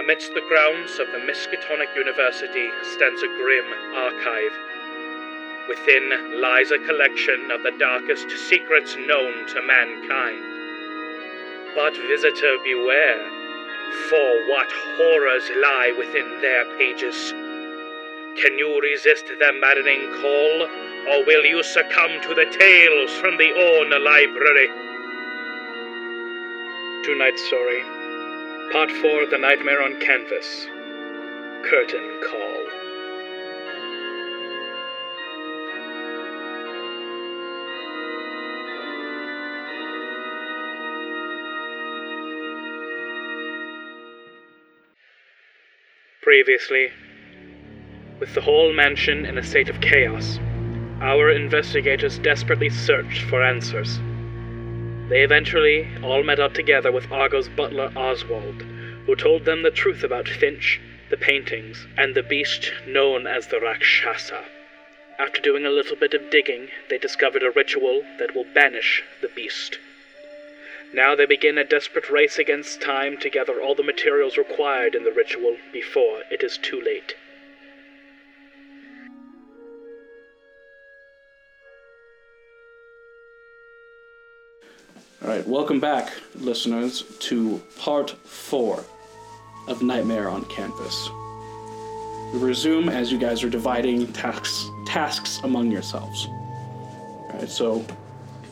Amidst the grounds of the Miskatonic University stands a grim archive. Within lies a collection of the darkest secrets known to mankind. But visitor beware, for what horrors lie within their pages. Can you resist their maddening call, or will you succumb to the tales from the Orna Library? Tonight's story, Part 4 The Nightmare on Canvas Curtain Call. Previously, with the whole mansion in a state of chaos, our investigators desperately searched for answers. They eventually all met up together with Argo's butler Oswald, who told them the truth about Finch, the paintings, and the beast known as the Rakshasa. After doing a little bit of digging, they discovered a ritual that will banish the beast. Now they begin a desperate race against time to gather all the materials required in the ritual before it is too late. All right, welcome back, listeners, to part four of Nightmare on Campus. We resume as you guys are dividing tasks tasks among yourselves. All right, so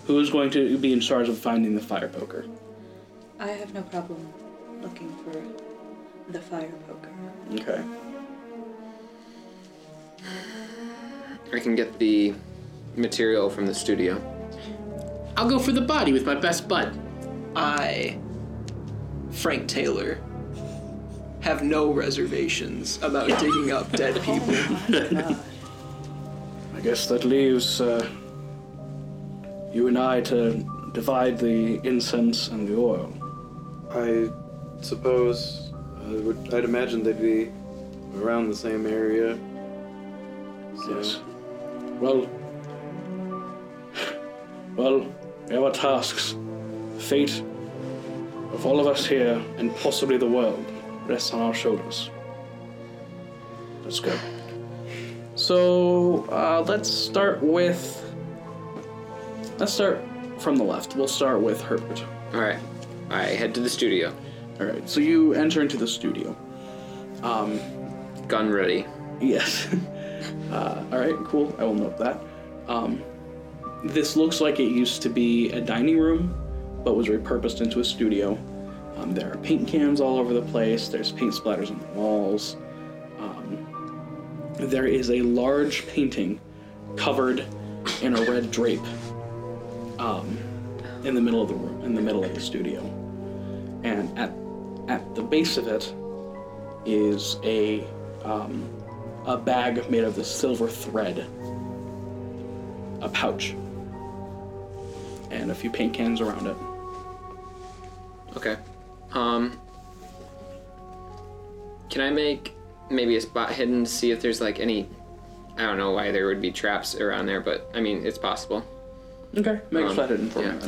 who's going to be in charge of finding the fire poker? I have no problem looking for the fire poker. Okay. I can get the material from the studio. I'll go for the body with my best bud. I, Frank Taylor, have no reservations about digging up dead people. I guess that leaves uh, you and I to divide the incense and the oil. I suppose I would, I'd imagine they'd be around the same area. So, Yes. Well, well, we have our tasks. Fate of all of us here, and possibly the world, rests on our shoulders. Let's go. So uh, let's start with. Let's start from the left. We'll start with Herbert. All right. I head to the studio. All right. So you enter into the studio. Gun ready. Yes. Uh, all right, cool. I will note that. Um, this looks like it used to be a dining room, but was repurposed into a studio. Um, there are paint cans all over the place. There's paint splatters on the walls. Um, there is a large painting covered in a red drape um, in the middle of the room, in the middle of the studio, and at at the base of it is a um, a bag made of the silver thread, a pouch, and a few paint cans around it. Okay. Um. Can I make maybe a spot hidden to see if there's like any? I don't know why there would be traps around there, but I mean it's possible. Okay, make a Um, flat hidden for yeah. me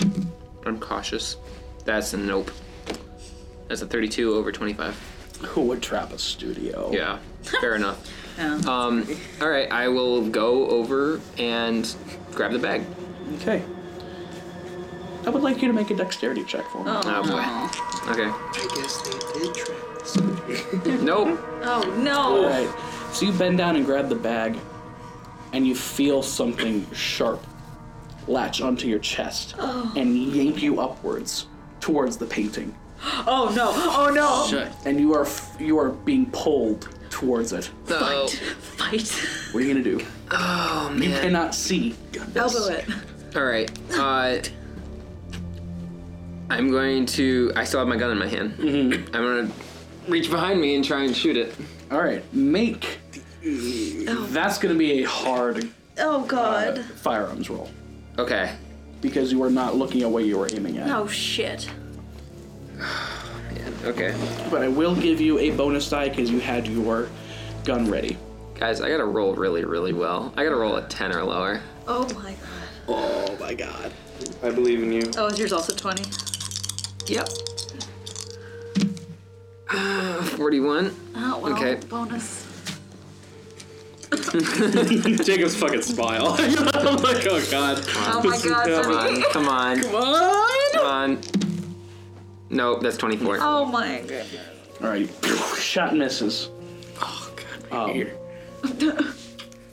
then. I'm cautious. That's a nope. That's a 32 over 25. Who would trap a studio? Yeah. Fair enough. Um. All right. I will go over and grab the bag. Okay. I would like you to make a dexterity check for me. Oh boy. Okay. I guess they did trap us. Nope. Oh no! All right. So you bend down and grab the bag, and you feel something sharp latch onto your chest and yank you upwards towards the painting, Oh no! Oh no! Shut. and you are f- you are being pulled towards it. No. Fight! What are you gonna do? Oh man. You cannot see. Elbow it. All right. Uh, I'm going to. I still have my gun in my hand. I'm gonna reach behind me and try and shoot it. All right, make. That's gonna be a hard uh, Oh god. firearms roll Okay. because you are not looking at what you were aiming at. Oh shit. Yeah, okay. But I will give you a bonus die because you had your gun ready. Guys, I gotta roll really, really well. I gotta roll a 10 or lower. Oh my god. Oh my god. I believe in you. Oh, is yours also 20? Yep. 41. Oh, well, Okay. bonus. Jacob's fucking smile. I'm like, oh god. Oh my god, Come Zebedee. on, come on, come What? on. Nope, that's 24. Oh my god. All right, shot misses, Oh god, my Um, ear.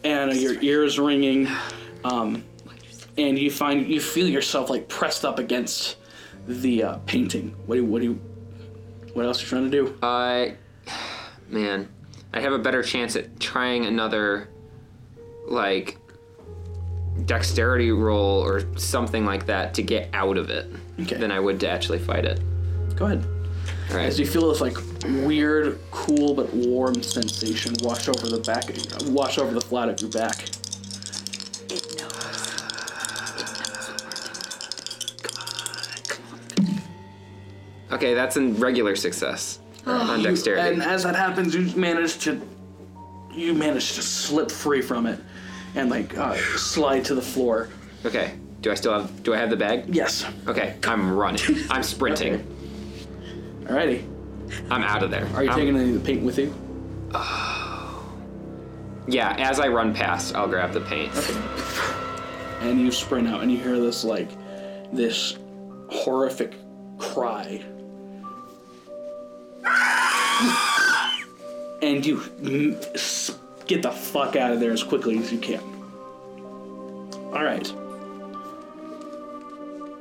and your ears ringing, um, and you find you feel yourself like pressed up against the uh, painting. What do you, what do you, what else are you trying to do? Um, I, man, I have a better chance at trying another, like, dexterity roll or something like that to get out of it Okay. than I would to actually fight it. Go ahead. All As right. you feel this like weird, cool but warm sensation wash over the back, wash over the flat of your back. It knows. Okay, that's in regular success on dexterity. And as that happens, you manage to you manage to slip free from it and like uh, slide to the floor. Okay. Do I still have? Do I have the bag? Yes. Okay. I'm running. I'm sprinting. Okay. Alrighty. I'm out of there. Are you I'm- taking any of the paint with you? Yeah. As I run past, I'll grab the paint. And you sprint out and you hear this like this horrific cry. and you m- s- get the fuck out of there as quickly as you can. All right.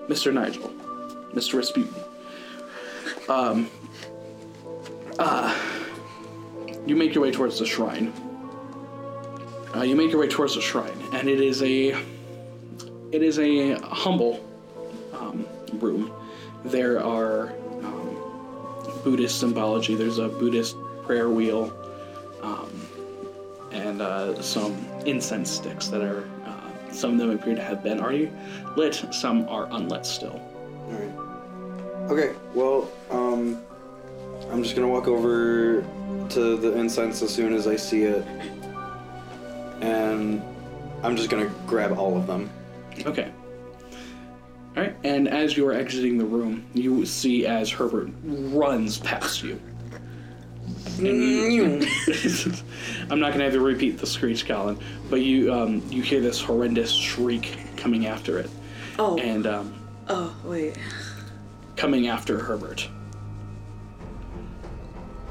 Mr. Nigel. Mr. Rasputin. Um, uh, you make your way towards the shrine. Uh, you make your way towards the shrine, and it is a it is a humble um, room. There are um, Buddhist symbology. There's a Buddhist prayer wheel, um, and uh, some incense sticks that are. Uh, some of them appear to have been already lit. Some are unlit still. All right. Okay. Well, um, I'm just gonna walk over to the incense as soon as I see it, and I'm just gonna grab all of them. Okay. All right. And as you are exiting the room, you see as Herbert runs past you. And you- I'm not gonna have to repeat the screech, Colin, but you um, you hear this horrendous shriek coming after it, Oh, and um, oh, wait. coming after Herbert.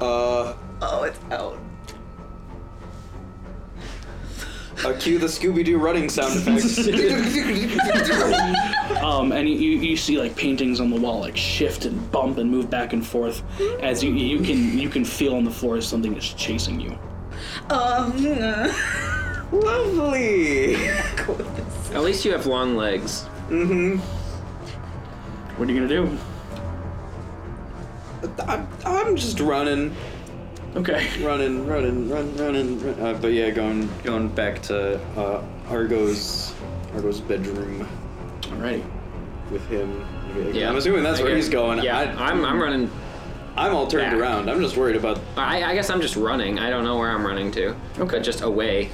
Uh, Oh, it's out. uh cue the Scooby-Doo running sound effects. Um, and you, you see like paintings on the wall like shift and bump and move back and forth as you you can you can feel on the floor as something is chasing you. Um, Lovely. At least you have long legs. What are you gonna do? I'm, I'm just running, Okay. running, running, run, running. Run. Uh, but yeah, going going back to uh, Argo's Argo's bedroom Alrighty. with him. Yeah. I'm assuming that's I where guess- he's going. Yeah. I, I, am I'm running. I'm all turned back. around. I'm just worried about I, I guess I'm just running. I don't know where I'm running to. Okay. But just away.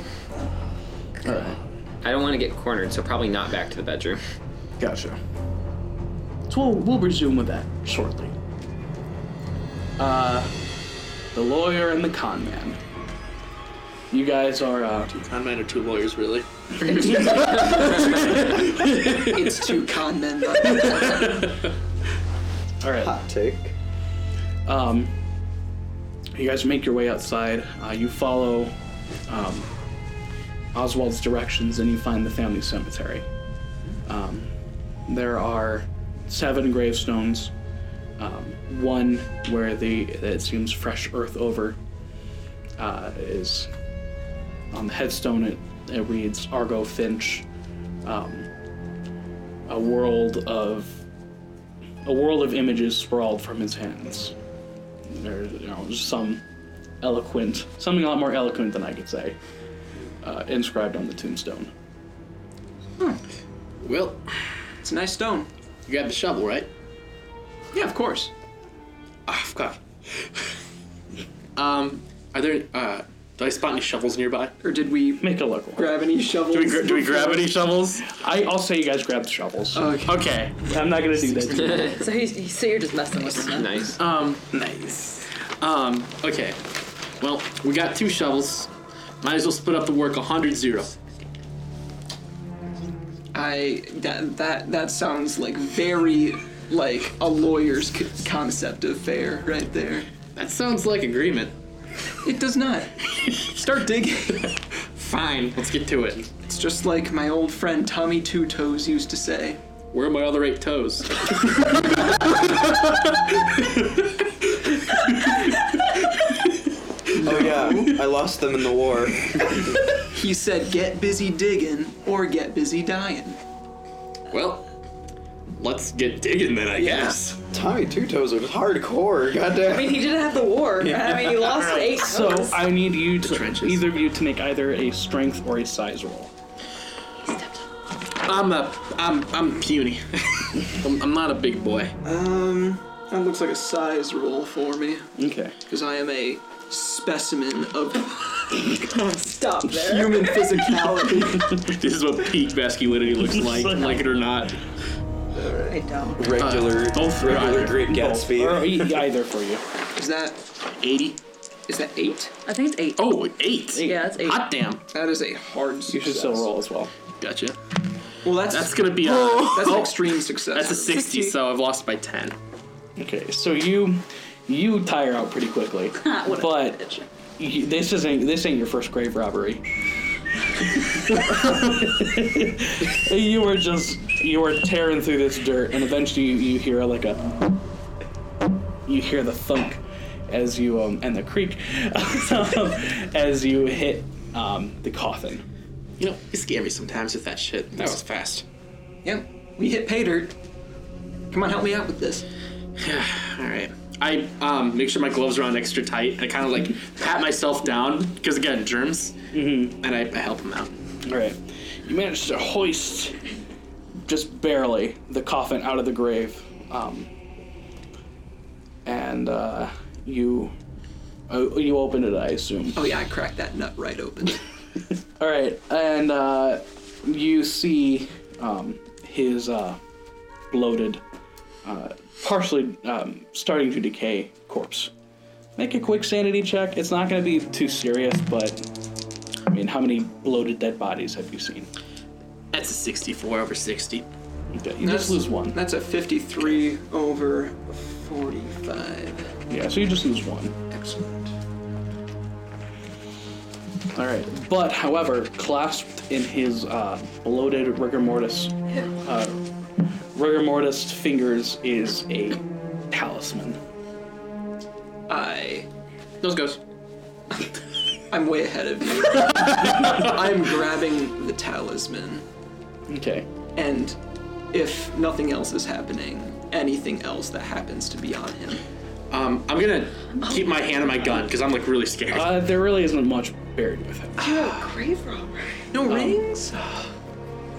All right. I don't want to get cornered, so probably not back to the bedroom. Gotcha. So we'll, we'll resume with that shortly. Uh, the lawyer and the con man. You guys are, uh, I'm mad at two lawyers, really. It's two con men. though. all right. hot take. Um, you guys make your way outside. Uh, you follow um, Oswald's directions, and you find the family cemetery. Um, there are seven gravestones. Um, one where the it seems fresh earth over uh, is on the headstone. It, it reads Argo Finch. Um, a world of a world of images sprawled from his hands or you know some eloquent something a lot more eloquent than i could say uh, inscribed on the tombstone Will, It's a nice stone. you grabbed the shovel, right? Yeah, of course. Ah, oh, god. um, are there, uh, do I spot any shovels nearby? Or did we make a local grab any shovels? Do we, gra- do we grab any shovels? I, i'll say you guys grab the shovels Okay. Okay. i'm not gonna do that so, he's, so you're just messing with him. nice. Um, Nice. Um, okay. Well, we got two shovels. Might as well split up the work 100 0. I that that that sounds like very like a lawyer's c- concept of fair right there. That sounds like agreement. It does not. Start digging. Fine, let's get to it. It's just like my old friend Tommy Two Toes used to say. Where are my other eight toes? Oh yeah, I lost them in the war. He said, "Get busy digging or get busy dying." Well, let's get digging then, I guess. Tommy Two Toes was hardcore. I Goddamn. mean, he didn't have the war. I mean, he lost eight. So votes. I need you to trenches. either of you to make either a strength or a size roll. I'm a, I'm, I'm puny. I'm, I'm not a big boy. Um, that looks like a size roll for me Okay. because I am a specimen of Oh, stop there. human physicality. This is what peak masculinity looks like, like it or not. I don't. Regular, both are regular either. Great Or Gatsby. e- either for you. Is that 80. is that eight? I think it's eight. Oh, eight. Yeah, that's eight. Hot damn. That is a hard. You should still roll as well. Gotcha. Well, that's That's that's, gonna be a. That's, an extreme success. that's a 60, so I've lost by 10. Okay, so you you tire out pretty quickly, What a but bitch. you, this isn't this ain't your first grave robbery. you were just you were tearing through this dirt, and eventually you, you hear like a you hear the thunk as you um and the creak um, as you hit um the coffin. You know, you scare me sometimes with that shit. That was fast. Yep, we hit pay dirt. Come on, help me out with this. Alright. I um, make sure my gloves are on extra tight. I kind of like pat myself down, because again, germs. Mm-hmm. And I, I help him out. All right. You manage to hoist, just barely, the coffin out of the grave. Um, and uh, you uh, you opened it, I assume. Oh yeah, I cracked that nut right open. All right, and uh, you see um, his uh, bloated, uh, partially um, starting to decay corpse. Make a quick sanity check. It's not going to be too serious, but I mean, how many bloated dead bodies have you seen? That's a 64 over 60. Okay, you That's- just lose one. That's a 53 over 45. Yeah, so you just lose one. Excellent. All right. But, however, clasped in his uh, bloated rigor mortis, uh, rigor mortis fingers is a talisman. I Those goes. I'm way ahead of you. I'm grabbing the talisman, Okay. and if nothing else is happening, anything else that happens to be on him. Um, I'm gonna Oh. keep my hand on my gun, because I'm like really scared. Uh, there really isn't much buried with him. You're a grave robber. No Um, rings.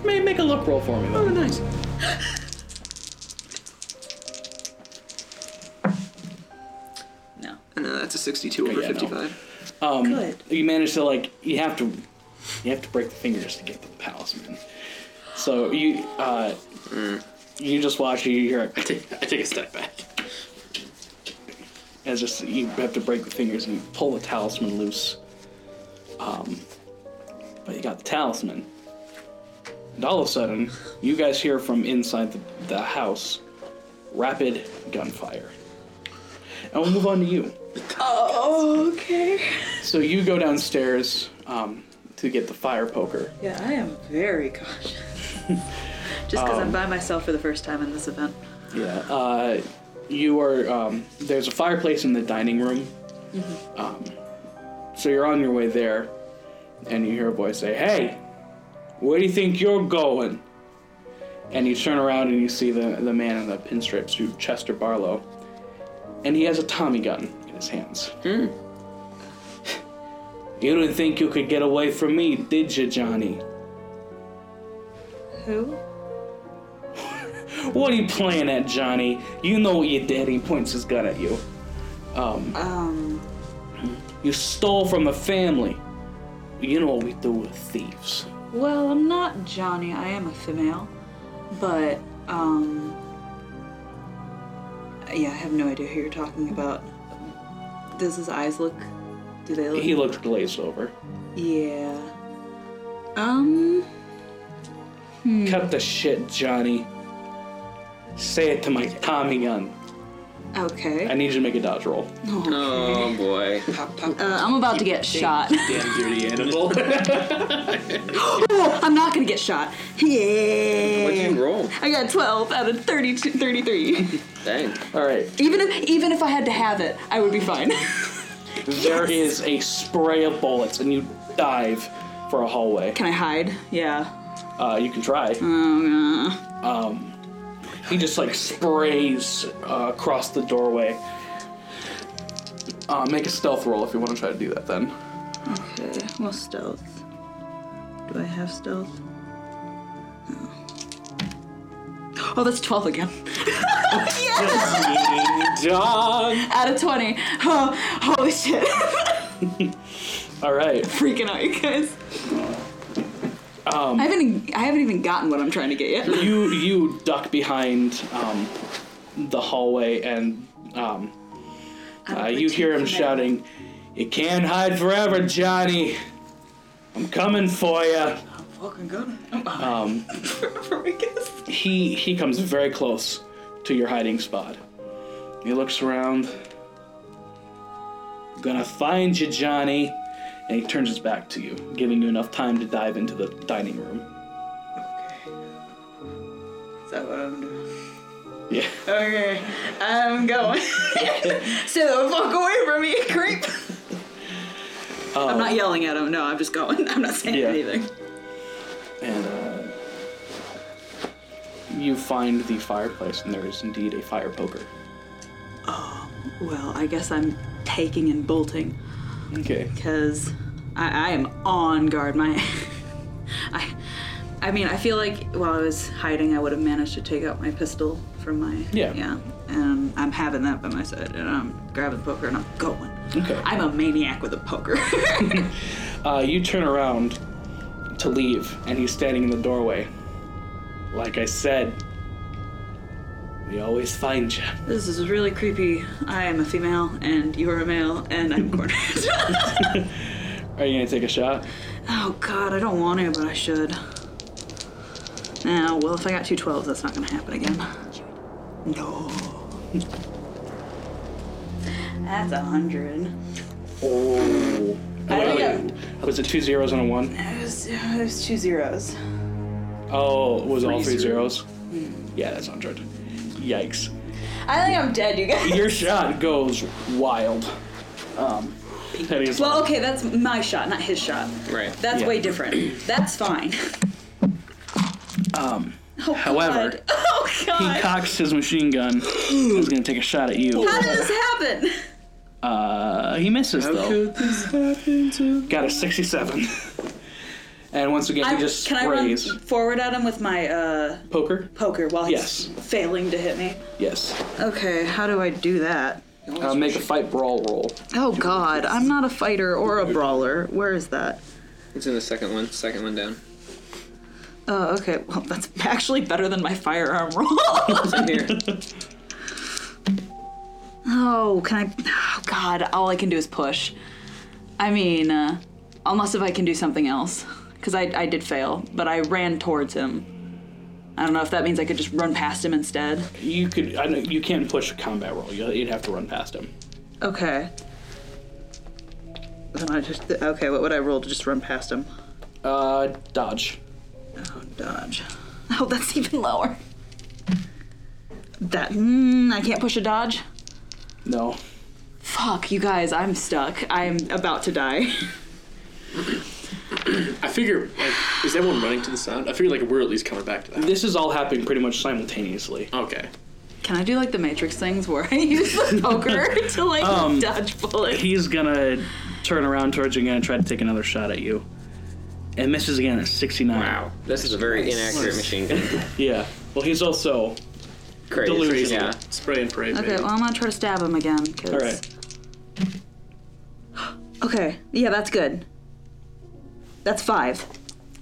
May make a look roll for me. Oh, Though. nice. No. No, that's a 62 over Yeah, no. 55. Um, Good. You manage to like. You have to. You have to break the fingers to get to the talisman. So you. Uh, You just watch. You hear I take, I take a step back. as just you have to break the fingers and you pull the talisman loose. Um, but you got the talisman. And all of a sudden, you guys hear from inside the, the house rapid gunfire. And we'll move on to you. Oh, okay. So you go downstairs um, to get the fire poker. Yeah, I am very cautious. Just because I'm by myself for the first time in this event. Yeah. Uh, you are. Um, there's a fireplace in the dining room. Um, so you're on your way there, and you hear a voice say, "Hey, where do you think you're going?" And you turn around and you see the the man in the pinstripe suit, Chester Barlow, and he has a Tommy gun in his hands. you didn't think you could get away from me, did you, Johnny? Who? What are you playing at, Johnny? You know what you did. He points his gun at you. Um, You stole from the family. You know what we do with thieves. well, I'm not Johnny. I am a female. But, um, yeah, I have no idea who you're talking about. Does his eyes look? Do they look? He looked glazed over. yeah. Um. Cut the shit, Johnny. Say it to my Tommy gun. I Okay. need you to make a dodge roll. Oh boy. Uh, I'm about to get shot. Damn dirty animal. I'm not gonna get shot. What'd Yeah. you roll? I got 12 out of 32, 33. Dang. All right. even if even if I had to have it, I would be fine. There is a spray of bullets, and you dive for a hallway. Can I hide? Yeah. Uh, you can try. Um, he just like sprays uh, across the doorway. Uh, make a stealth roll if you want to try to do that. Then Okay. Well, stealth. Do I have stealth? No. Oh, that's 12 again. yes! John. Out of 20. Oh, holy shit. All right. Freaking out, you guys. Um, I haven't I haven't even gotten what I'm trying to get yet. You you duck behind um, the hallway, and um, uh, you hear him shouting, "You can't hide forever, Johnny. I'm coming for you." Fucking gonna. I'm Um, I guess. he he comes very close to your hiding spot. He looks around. Gonna find you, Johnny. And he turns his back to you, giving you enough time to dive into the dining room. Is that what I'm doing? Yeah. Okay, um, I'm going. Stay the fuck away from me, creep. I'm not yelling at him. No, I'm just going. I'm not saying Uh, Yeah. anything. And uh, you find the fireplace, and there is indeed a fire poker. Well, I guess I'm taking and bolting Okay. because I, I am on guard. My, I, I mean, I feel like while I was hiding, I would have managed to take out my pistol from my Yeah. yeah. And I'm having that by my side, and I'm grabbing the poker and I'm going. Okay. I'm a maniac with a poker. Uh, you turn around to leave, and he's standing in the doorway. Like I said, we always find you. This is really creepy. I am a female, and you are a male, and I'm cornered. Are you gonna take a shot? oh god, I don't want to, but I should. Now, well, if I got two 12s, that's not gonna happen again. No. That's a hundred. Oh. I wait, don't Was it two zeros and a one? There's, there's two zeros. Oh, was it all three zeros? Hmm. Yeah, that's 100. Yikes. I think I'm dead, you guys. Your shot goes wild. Um, Penny is Well, like, okay, that's my shot, not his shot. Right. That's Yeah. way different. That's fine. um, Oh, However, God. oh god, he cocks his machine gun. He's gonna take a shot at you. how did this happen? Uh, he misses though. Got a 67. And once again, I'm- he just can sprays I run forward at him with my uh, poker. poker while he's Yes. failing to hit me? Yes. Okay, how do I do that? Uh, make a fight brawl roll. Oh god, I'm not a fighter or a brawler. Where is that? It's in the second one. Second one down. Oh, okay. Well, that's actually better than my firearm roll. It's in here. oh, can I? Oh god, all I can do is push. I mean, uh, unless if I can do something else. Because I, I did fail, but I ran towards him. I don't know if that means I could just run past him instead. You could. I know you can't push a combat roll. You- You'd have to run past him. Okay. Then I just okay. What would I roll to just run past him? Uh, dodge. Oh, dodge. Oh, that's even lower. That mm, I can't push a dodge. No. Fuck you guys, I'm stuck. I'm about to die. I figure, like, is everyone running to the sound? I figure, like, we're at least coming back to that. This is all happening pretty much simultaneously. Okay. Can I do like the Matrix things where I use the poker to like Um, dodge bullets? He's gonna turn around towards you and gonna try to take another shot at you. And misses again at 69. Wow. This is a very inaccurate machine gun. Yeah. Well, he's also. Crazy. Delusional. Yeah. Spray and pray, Okay, baby. well I'm gonna try to stab him again. 'cause- Alright. Okay, yeah, that's good. That's five.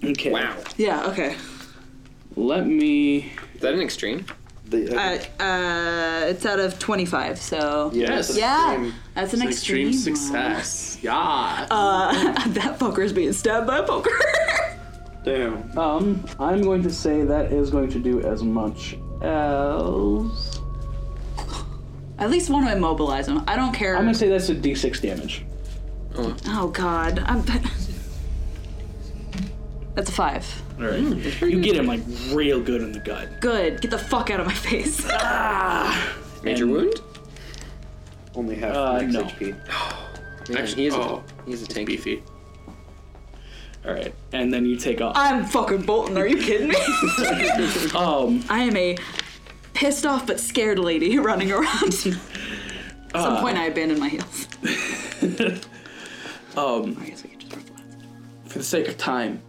Okay. Wow. Yeah. Okay. Let me. Is that an extreme? The, Uh, uh, it's out of 25, so. yes. yes. Yeah, Extreme- that's an extreme, Extreme one. success. Yeah. That poker's being stabbed by a poker. Damn. Um, I'm going to say that is going to do as much as. At least want to immobilize him. I don't care. I'm going to say that's a d6 damage. oh God, I'm. That's a five. You get him like real good in the gut. Good. Get the fuck out of my face. Major And- wound? Only half Uh, max no. HP. Man, Actually- he is a, oh. he is a tank. Beefy. All right, and then you take off. I'm fucking bolting. Are you kidding me? Um, I am a pissed off but scared lady running around. At some point, I abandoned my heels. um. I guess we could just run flat. for the sake of time,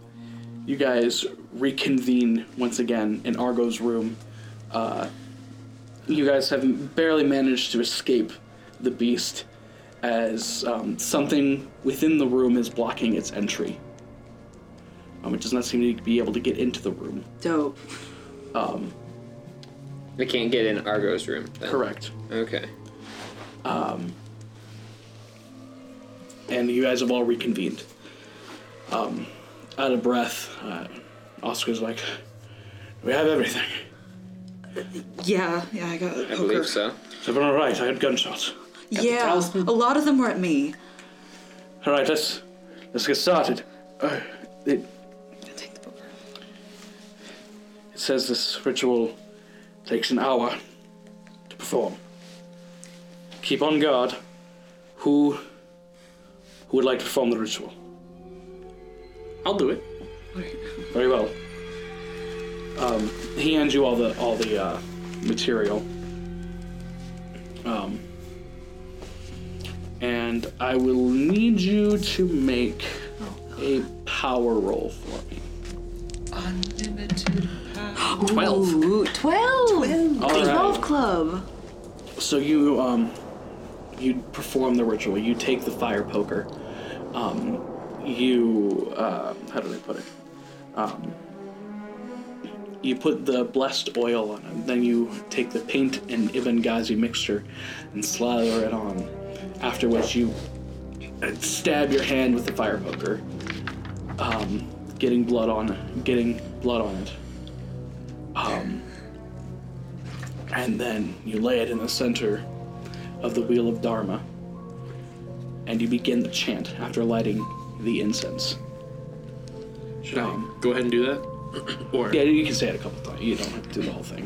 you guys reconvene once again in Argo's room. Uh, you guys have barely managed to escape the beast as um, something within the room is blocking its entry. Um, it does not seem to be able to get into the room. Dope. They can't get in Argo's room. then. Correct. Okay. and you guys have all reconvened. Um, out of breath, uh, Oscar's like, "We have everything. Yeah, yeah, I got a poker. I believe so. Everyone all right? I had gunshots. Yeah, a lot of them were at me. All right, let's let's get started." Uh, it, Take the poker. it says this ritual takes an hour to perform. Keep on guard. Who who would like to perform the ritual? I'll do it. Very well. Um, he hands you all the all the uh, material. Um, and I will need you to make a power roll for me. Twelve. Ooh, 12! All 12 right. club. So you um, you perform the ritual. You take the fire poker. Um, you uh, how do they put it? Um, you put the blessed oil on it. Then you take the paint and Ibn Ghazi mixture and slather it on. After which you uh, stab your hand with the fire poker, um, getting blood on getting blood on it. Um, and then you lay it in the center of the wheel of Dharma, and you begin the chant after lighting the incense. Should I Um, go ahead and do that? or Yeah, you can say it a couple times. You don't have to do the whole thing.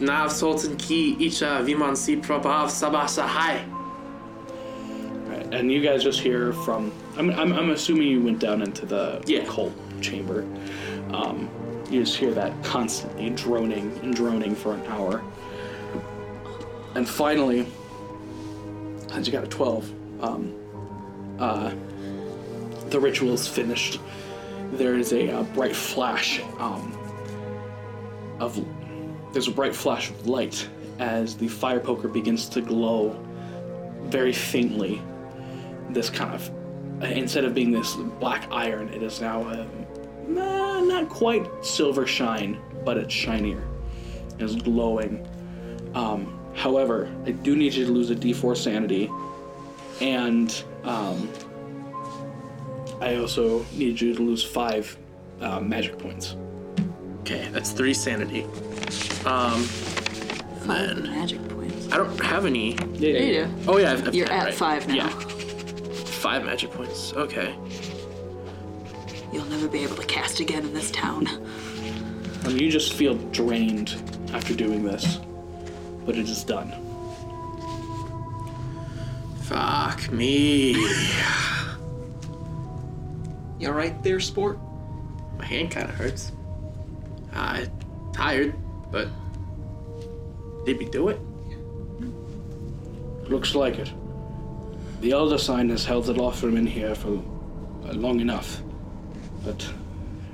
Nav Sultan Ki Icha Viman Si Prabhav Sabah Sahai. Right. And you guys just hear from. I'm, I'm, I'm assuming you went down into the Yeah. cult chamber. Um, you just hear that constantly droning and droning for an hour. And finally, since you got a 12, um, uh, the ritual is finished. There is a, uh bright flash um, of. There's a bright flash of light as the fire poker begins to glow very faintly this kind of instead of being this black iron it is now a nah, not quite silver shine but it's shinier it is glowing um, however i do need you to lose a d4 sanity and um, i also need you to lose five uh, magic points Okay, that's three sanity. Um, Five magic points. I don't have any. yeah, You Oh yeah, I've, I've do. You're got it at right. five now. Yeah, five magic points. Okay. You'll never be able to cast again in this town. Um, you just feel drained after doing this but it is done Fuck me. You all right there, sport? My hand kind of hurts. I tired, but did we do it? Looks like it. The Elder Sign has held the law firm in here for uh, long enough, but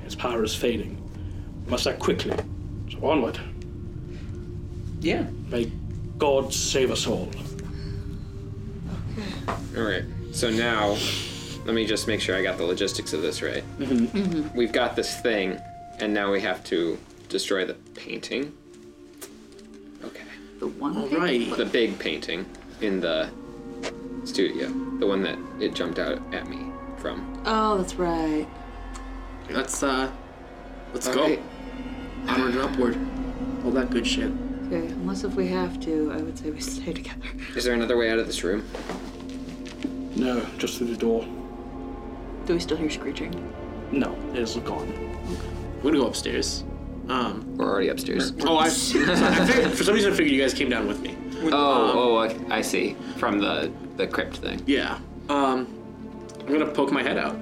its power is fading. We must act quickly. So onward. Yeah. May God save us all. All right. So now, let me just make sure I got the logistics of this right. We've got this thing, and now we have to destroy the painting. The one. All thing? right. The big painting in the studio, the one that it jumped out at me from. Oh, that's right. Let's uh, let's All go right. onward and upward. All that good shit. Okay. Unless if we have to, I would say we stay together. Is there another way out of this room? No, just through the door. Do we still hear screeching? No, it is gone. We're gonna go upstairs. Um. We're already upstairs. Oh, I. I figured, for some reason, I figured you guys came down with me. Oh, oh, I, I see. From the the crypt thing. Yeah. Um. I'm gonna poke my head out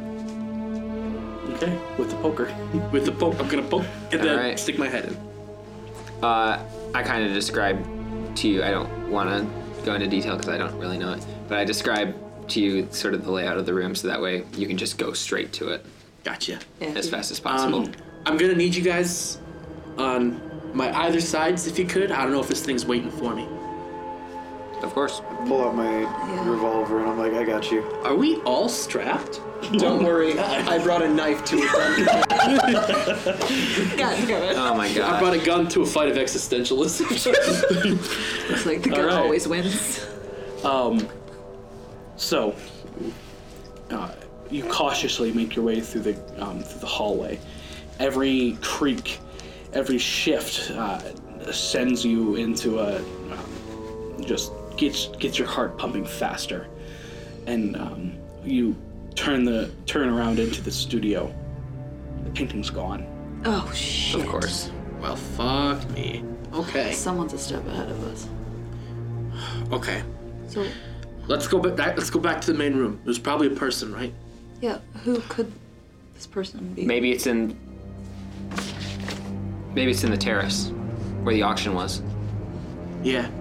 Okay, with the poker. with the poke. I'm gonna poke and then All right. stick my head in. Uh, I kind of described to you. I don't want to go into detail because I don't really know it. But I described to you sort of the layout of the room, so that way you can just go straight to it Gotcha. Yeah. as do- fast as possible. I'm gonna need you guys on my either sides if you could. I don't know if this thing's waiting for me. Um, of course. Pull out my revolver and I'm like, I got you. Are we all strapped? Don't worry, I brought a knife to it. God damn it. Oh my I god. brought a gun to a fight of existentialism. It's like the All girl right. always wins. Um, so, uh, you cautiously make your way through the um, through the hallway. Every creak, every shift uh, sends you into a um, just gets gets your heart pumping faster, and um, you turn the turn around into the studio. The painting's gone. Oh shit. Of course. well, fuck me. Okay. Someone's a step ahead of us. Okay. So, Let's go back. Let's go back to the main room. There's probably a person, right? yeah, who could this person be? Maybe it's in. Maybe it's in the terrace where the auction was. Yeah.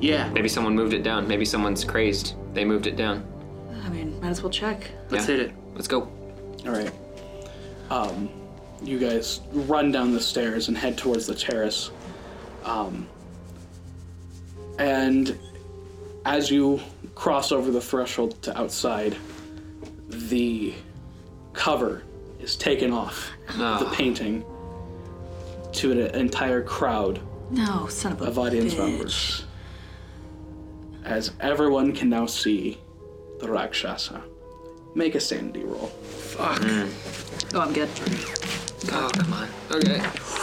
Yeah. Maybe someone moved it down. Maybe someone's crazed. They moved it down. I mean, might as well check. Let's Yeah. hit it. Let's go. All right. Um, you guys run down the stairs and head towards the terrace. Um, and as you cross over the threshold to outside, the cover is taken off of the Ah. painting to an entire crowd No, son of a of audience bitch. members. As everyone can now see the Rakshasa. Make a sanity roll. Oh, I'm good. Oh, come on. Okay.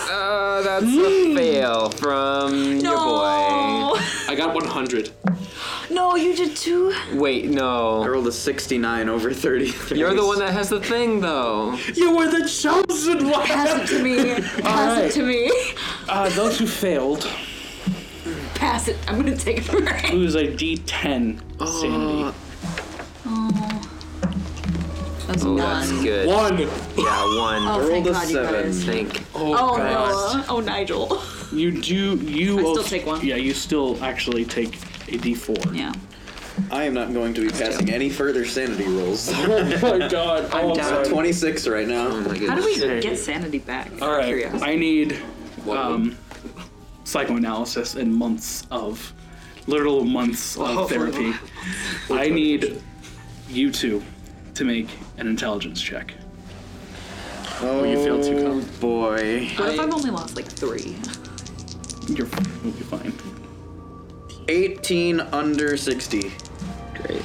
Uh, that's a fail from your I got 100. No, you did too. boy. Wait, I no. rolled a 69 over 30. You're the one that has the thing, though. You were the chosen one. Pass it to me. Pass it to me. Uh, those who failed Pass it. I'm gonna take it from her. lose a D10 sanity. Oh, that's Oh, one. that's good. One. Yeah, one. Oh, thank rolled a God you seven. guys. Think. Oh, God. no. Oh, Nigel. You do. You I still also- take one. Yeah, you still actually take a D4. Yeah. I am not going to be passing any further sanity rolls. I'm Oh my god. I'm at 26 right Oh now. my How do goodness. we get sanity back? All right. Curiosity. I need um, psychoanalysis and months of literal months of Oh. therapy. I need you two to make an intelligence check. Oh, you failed too, Colin. boy. What if I've only lost like three? You're you'll be fine. 18 under 60. Great.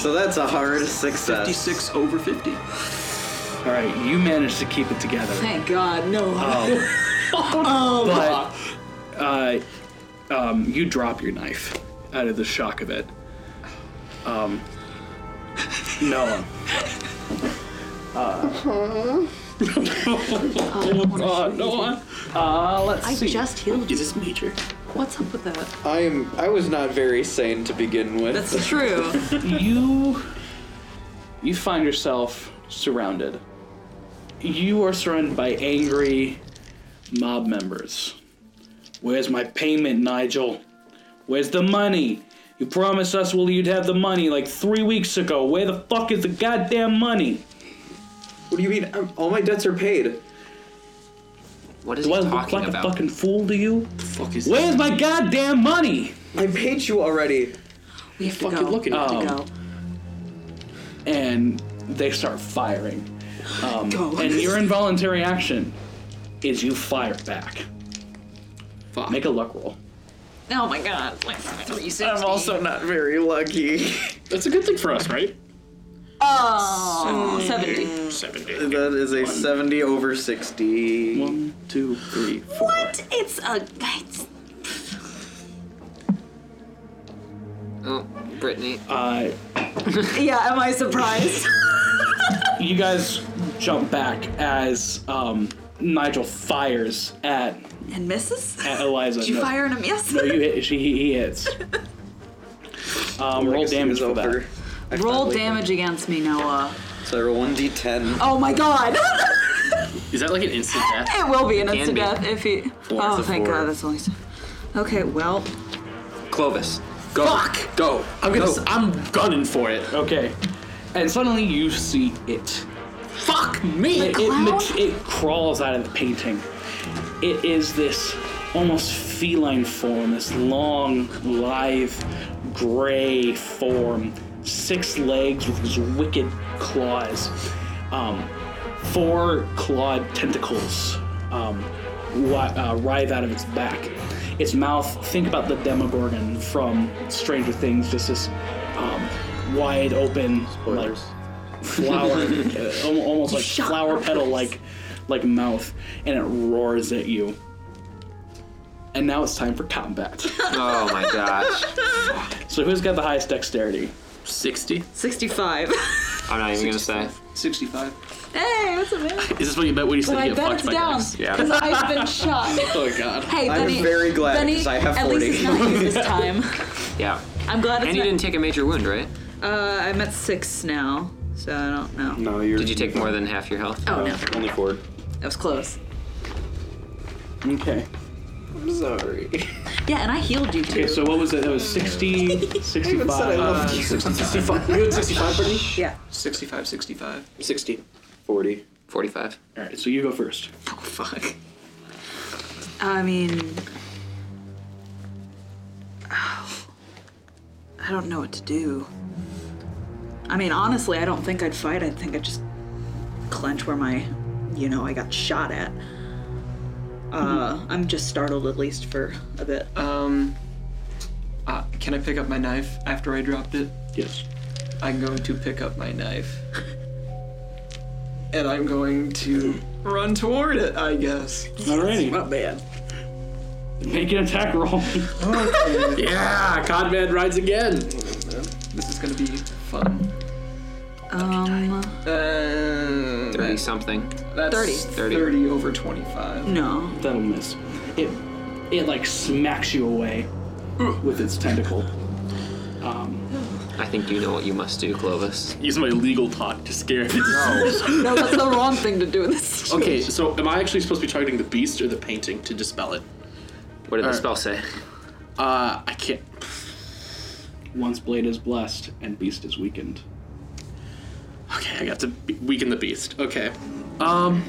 So that's a hard success. 56 over 50. All right. You managed to keep it together. Thank God, no. but uh, um, you drop your knife out of the shock of it. Um, Noah. Uh, Noah. Uh, let's Oh, I see. just healed you. Is this major? What's up with that? I am. I was not very sane to begin with. That's true. you you find yourself surrounded. You are surrounded by angry mob members. Where's my payment, Nigel? Where's the money? You promised us well you'd have the money like three weeks ago. Where the fuck is the goddamn money? What do you mean? Um, All my debts are paid. What is Do he I look talking like about? a fucking fool to you? Fuck is Where's my goddamn money? I paid you already. We have to Fucking go. looking at We Um, have to and they start firing. Um, Go. And your involuntary action is you fire back. Fuck. Make a luck roll. Oh my god, like 360. I'm also not very lucky. That's a good thing for us, right? Oh, 70. Seventy. That is a 70 over 60. One, two, three, four. What? It's a. It's, Oh, Brittany. Uh, yeah, am I surprised? you guys jump back as um, Nigel fires at, and misses? Uh, at Eliza. Did you No. fire and a miss? No, you hit, she, he, he hits. Um, roll damage for that. I Roll finally- damage against me, Noah. So I roll 1d10. Oh my god! Is that like an instant death? it will be an Can instant be. death if he. oh, a thank four. god, that's only. s- Okay, well. Clovis. Go. Fuck! Go. I'm gonna. Go. s- I'm gunning for it. Okay. And suddenly you see it. Fuck me! It, it, mat- it crawls out of the painting. It is this almost feline form, this long, lithe, gray form, six legs with these wicked claws, um, four clawed tentacles um, wi- uh, writhe out of its back. Its mouth, think about the Demogorgon from Stranger Things, just this um, wide open, like Spoilers. flower, uh, al- almost like flower petal like like mouth, and it roars at you. And now it's time for combat. Oh my gosh. so who's got the highest dexterity? Sixty. 65. I'm not even gonna say. 65. hey, what's up, man? Is this what you bet when you But said I you get bet fucked it's by down. Dex? Yeah. Because I've been shot. Oh god. Hey, I'm Benny. very glad, Benny, 'cause I have At least it's 40. not you this time. Yeah. I'm glad it's And you not. didn't take a major wound, right? Uh, I'm at six now, so I don't know. No, you're. Did you take more than half your health? Oh no, Only four. that was close. Okay. I'm sorry. Yeah, and I healed you too. Okay, so what was it? That was 60, even said I 65. loved you. 65. You had sixty-five, Brittany. yeah. 65, 65. 60. 40. 45. All right, so you go first. Oh fuck. I mean, Oh. I don't know what to do. I mean, honestly, I don't think I'd fight. I think I'd just clench where my, you know, I got shot at. Uh, Hmm. I'm just startled at least for a bit. Oh, Um, uh, can I pick up my knife after I dropped it? Yes. I'm going to pick up my knife. And I'm going to run toward it, I guess. Alrighty. Not bad. Make an attack roll. Yeah, Conman rides again. This is gonna be fun. Um, Uh, 30 something. that's 30. 30. over 25. no. That'll miss. It it like smacks you away with its tentacle. Um, I think you know what you must do, Clovis. Use my legal talk to scare. it. No, that's the wrong thing to do in this. okay, so am I actually supposed to be targeting the beast or the painting to dispel it? What did the Alright. spell say? Uh, I can't. once blade is blessed and beast is weakened. Okay, I got to be- weaken the beast. Okay. Um,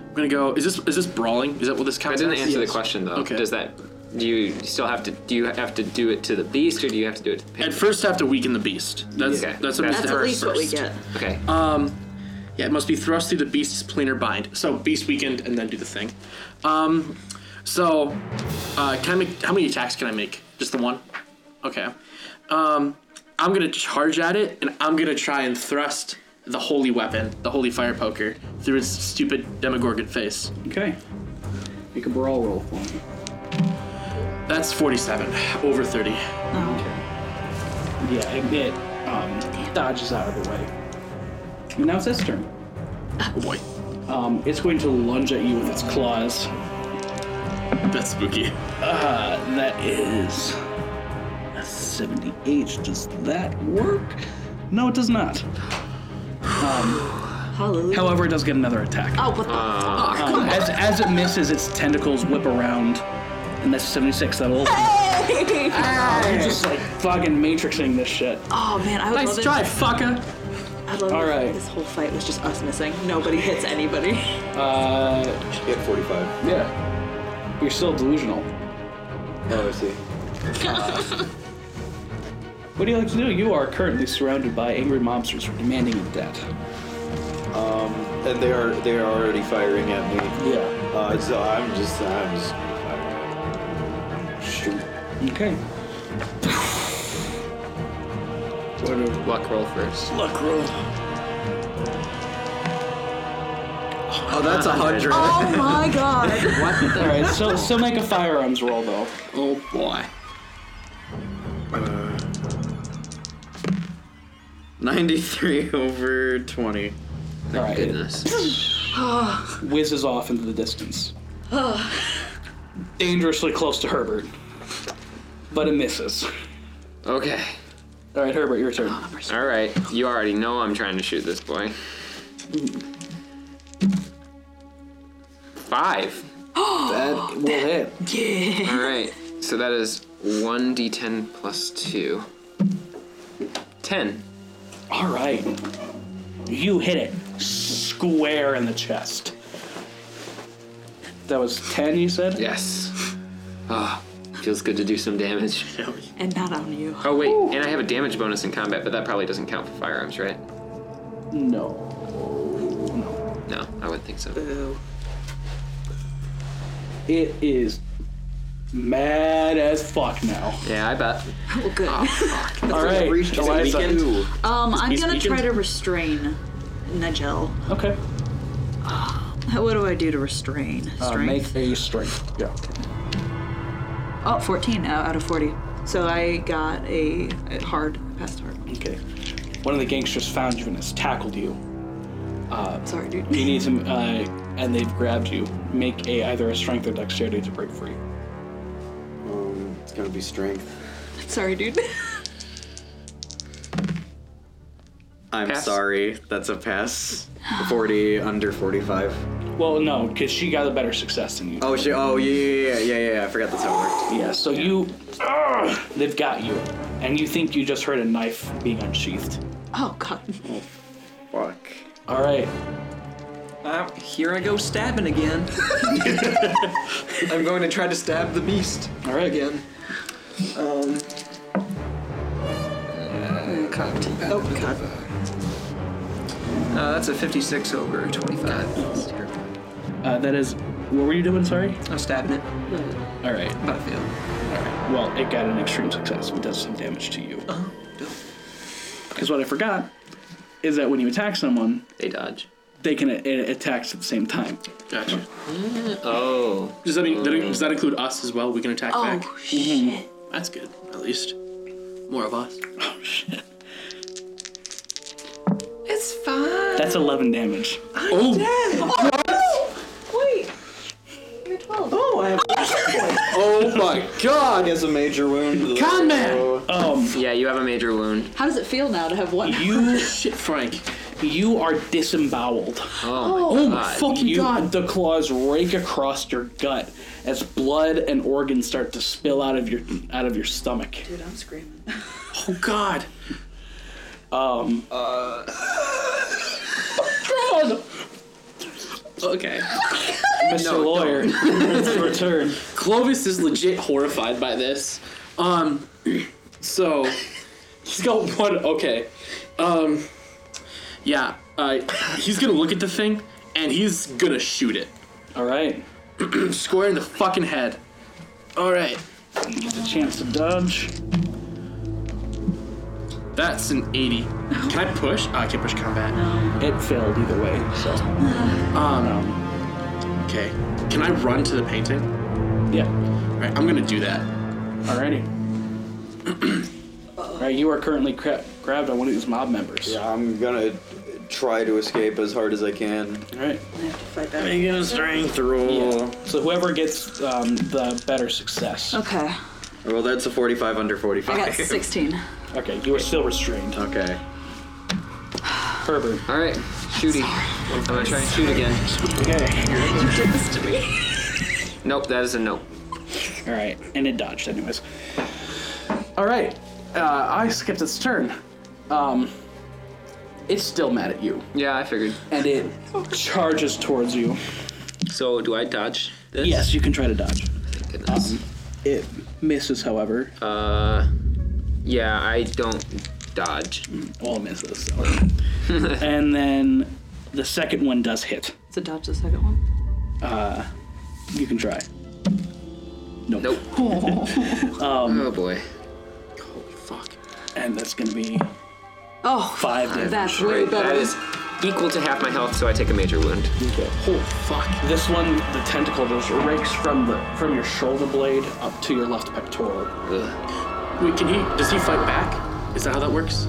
I'm gonna go. Is this is this brawling? Is that what this I counts? didn't as? answer the question though. Okay. Does that do you still have to do you have to do it to the beast or do you have to do it to the At pig? first, I have to weaken the beast. That's Okay. that's what That's That's I have to at have least what we first. get. Okay. Yeah, it must be thrust through the beast's planar bind. So beast weakened, and then do the thing. Um, so uh, can I make? How many attacks can I make? Just the one. Okay. Um, I'm gonna charge at it, and I'm gonna try and thrust the holy weapon, the holy fire poker, through its stupid demogorgon face. Okay. Make a brawl roll for me. That's 47 over 30. Yeah, it, it um, dodges out of the way. And now it's its turn. Oh boy, Um, it's going to lunge at you with its claws. that's spooky. That is a 78. Does that work? No, it does not. Hallelujah. However, it does get another attack. Oh, what the Uh, fuck? Um, as, as it misses, its tentacles whip around, and that's 76. That'll You're just like fucking matrixing this shit. Oh man, I would love Nice it. try, fucker. I love All it. right. This whole fight was just us missing. Nobody hits anybody. Uh, You have 45. yeah. You're still delusional. Oh, I see. What do you like to do? You are currently surrounded by angry mobsters who are demanding your debt. And they are they are already firing at me. Yeah. Uh, so I'm just I'm just firing. Shoot. Okay. What do- Luck roll first. Luck roll. Oh, that's a hundred. Oh my god. What? All right. So, so make a firearms roll though. Oh boy. Uh, 93 over 20. All right. It Goodness. whizzes off into the distance. Dangerously close to Herbert, but it misses. Okay. All right, Herbert, your turn. All right. You already know I'm trying to shoot this boy. Five. That will hit. yeah. All right. So that is one d10 plus two. Ten. All right. You hit it square in the chest. That was 10, you said? Yes. Ah, feels good to do some damage. And not on you. Oh wait, and I have a damage bonus in combat, but that probably doesn't count for firearms, right? No. No, I wouldn't think Uh. so. It is mad as fuck now. Yeah, I bet. Well, good. All right. Eliza. Um, I'm He's gonna try weakened. to restrain Nigel. Okay. What do I do to restrain? Uh, make Strength? a strength. Yeah. oh, 14 out out of 40. So I got a a hard, I passed hard. Okay. One of the gangsters found you and has tackled you. Sorry, dude. You need to, uh, and they've grabbed you. Make a either a strength or dexterity to break free. Um, it's gonna be strength. Sorry, dude. I'm Pass. sorry, that's a pass. 40 under 45. Well, no, because she got a better success than you. Oh, she, oh yeah, yeah, yeah, yeah, yeah, yeah, I forgot that's how it worked. Yeah, so you. Ugh, they've got you. And you think you just heard a knife being unsheathed. Oh, God. Fuck. All right. Ah, here I go stabbing again. I'm going to try to stab the beast All right. again. Um. uh, cocked. Oh, cocked. Uh, that's a 56 over 25. Uh, that is. What were you doing? Sorry. I'm stabbing it, All right. but I failed. Well, it got an extreme success, but does some damage to you. Uh-huh. Oh, dope. Because what I forgot is that when you attack someone, They dodge. they can it attacks at the same time. Gotcha. Oh. Does that mean? Does that include us as well? We can attack back. Oh, shit. That's good. At least more of us. Oh shit. It's fine. That's 11 damage. Oh, Wait! You're 12. Oh, I have Oh my god! He has a major wound. Conman! Um, Yeah, you have a major wound. How does it feel now to have one? you Shit, Frank. you are disemboweled. Oh, Oh my God. fucking god! The claws rake across your gut as blood and organs start to spill out of your out of your stomach. Dude, I'm screaming. Oh God. God, Okay. Mr. Lawyer, it's your turn. Clovis is legit horrified by this. Um, so he's got one. Okay. Um, yeah. Uh, he's gonna look at the thing and he's gonna shoot it All right, square in the fucking head. All right. you get the chance to dodge. That's an 80. Can I push? Oh, I can't push combat. It failed either way. So um, Okay. Can I run to the painting? yeah. All right. I'm gonna do that. Alrighty. All right, you are currently cra- grabbed by one of these mob members. Yeah, I'm gonna try to escape as hard as I can. All right. I have to fight back. Making a strength roll. So whoever gets um, the better success. Okay. Well, that's a 45 under 45. I got 16. Okay, you are still restrained. Okay. Herbert. All right, shooty. I'm gonna try and shoot again. Okay. Nope, that is a nope. All right, and it dodged, anyways. All right, uh, I skipped its turn. Um, it's still mad at you, Yeah, I figured. and it charges towards you. So do I dodge this? Yes, you can try to dodge. Um, Thank goodness. It misses, however. Uh, yeah, I don't dodge. All misses. So. and then the second one does hit. So dodge the second one. You can try. Nope. Nope. Um, oh boy. Fuck. And that's gonna be Oh, five damage. that's way Right, better. that is equal to half my health, so I take a major wound. Oh fuck. This one, the tentacle just rakes from the from your shoulder blade up to your left pectoral. Ugh. Wait, can he? Does he fight back? Is that how that works?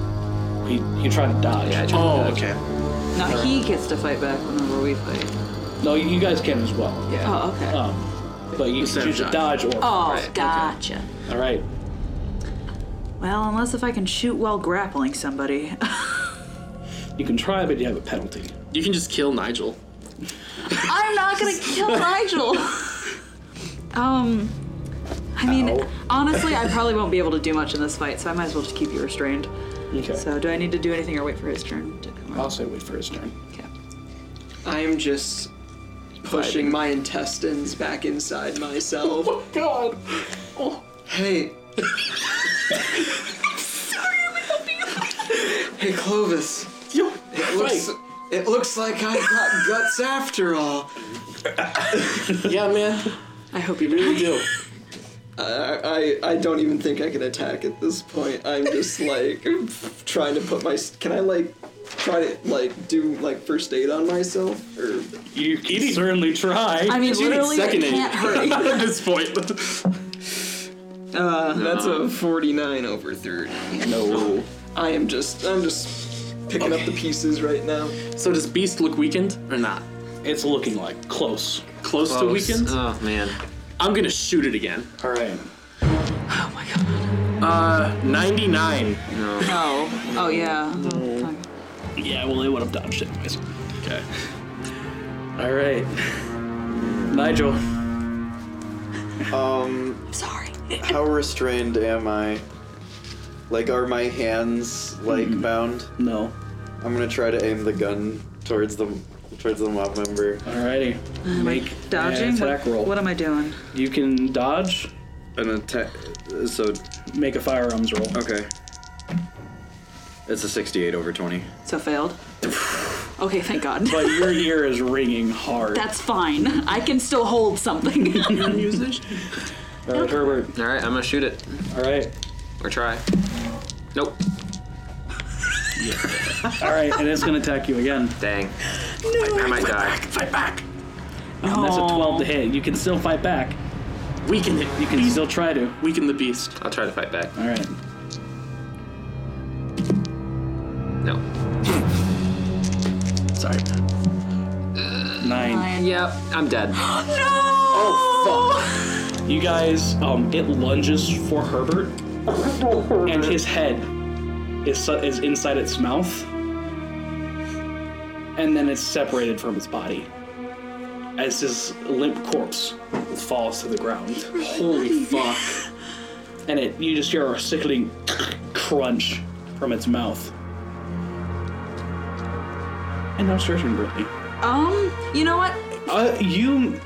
He he tried to dodge. Yeah, I tried Oh, that. okay. Now he gets to fight back whenever we fight. No, you guys can as well. Yeah. Oh, okay. Um, but you can Instead of choose to dodge. dodge or. oh, right, okay. gotcha. All right. Well, unless if I can shoot while grappling somebody. You can try, but you have a penalty. You can just kill Nigel. I'm not gonna kill Nigel. um, I mean, Ow. honestly, I probably won't be able to do much in this fight, so I might as well just keep you restrained. Okay. So, do I need to do anything or wait for his turn to come I'll up? say wait for his turn. Okay. I'm just pushing my intestines back inside myself. God. Hey. Hey Clovis, You. it looks, it looks like I got guts after all. yeah, man. I hope you We do. do. I, I I don't even think I can attack at this point. I'm just like trying to put my. Can I like try to like do like first aid on myself or? You can certainly try. I mean, need literally, it second in- can't hurt. At this point. Uh, that's a 49 over 30. no. I am just I'm just picking up the pieces right now. so does Beast look weakened or not? It's looking like close. Close, Uh, to Close. weakened. Oh man. I'm gonna shoot it again. All right. Oh my god. Uh, 99. Oh. Oh yeah. Oh, fuck. Yeah, well, they would have dodged it anyways. Okay. All right. Nigel. Um, I'm sorry. how restrained am I? Like, are my hands like Hmm. bound? No. I'm gonna try to aim the gun towards the towards the mob member. Alrighty. Make Dodging. An attack what, roll. what am I doing? you can dodge. An attack. So Make a firearms roll. okay. It's a 68 over 20. So failed. Okay, thank God. But your ear is ringing hard. That's fine. I can still hold something. All right, Herbert. All right, I'm gonna shoot it All right. or try. Nope. All right, and it's gonna attack you again. Dang. I, I might die. Fight back. And that's a 12 to hit. You can still fight back. Weaken it. You can still try to. Weaken the beast. I'll try to fight back. All right. No. Sorry. Nine. Yep, I'm dead. You guys, um, it lunges for Herbert, and his head is su- is inside its mouth, and then it's separated from its body as his limp corpse falls to the ground. Holy fuck. and it you just hear a sickening crunch from its mouth. And now it's your turn, Brittany. Um, you know what? Uh, you,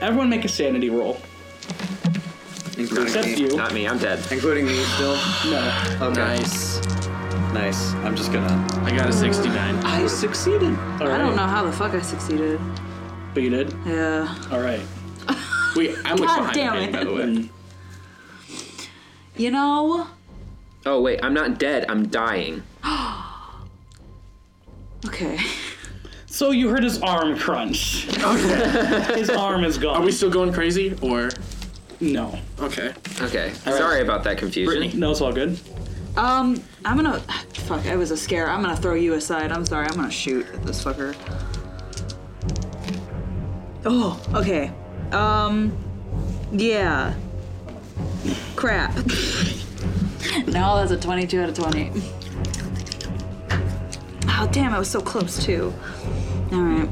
everyone, make a sanity roll. Except you. Not me. I'm dead. Including me still. No. Okay. Nice. Nice. I'm just gonna. I got a 69. I succeeded. I don't know how the fuck I succeeded. But you did. Yeah. All right. Wait, I'm like God behind damn the pain, it. by the way. You know. Oh wait, I'm not dead. I'm dying. Okay. So you heard his arm crunch. Okay. his arm is gone. Are we still going crazy or? No. Okay. Okay. Sorry about that confusion. No, it's all good. Um, I'm gonna. Fuck, I was a scare. I'm gonna throw you aside. I'm sorry. I'm gonna shoot at this fucker. Oh, okay. Um, yeah. Crap. no, that's a 22 out of 20. Oh, damn, I was so close, too. Alright.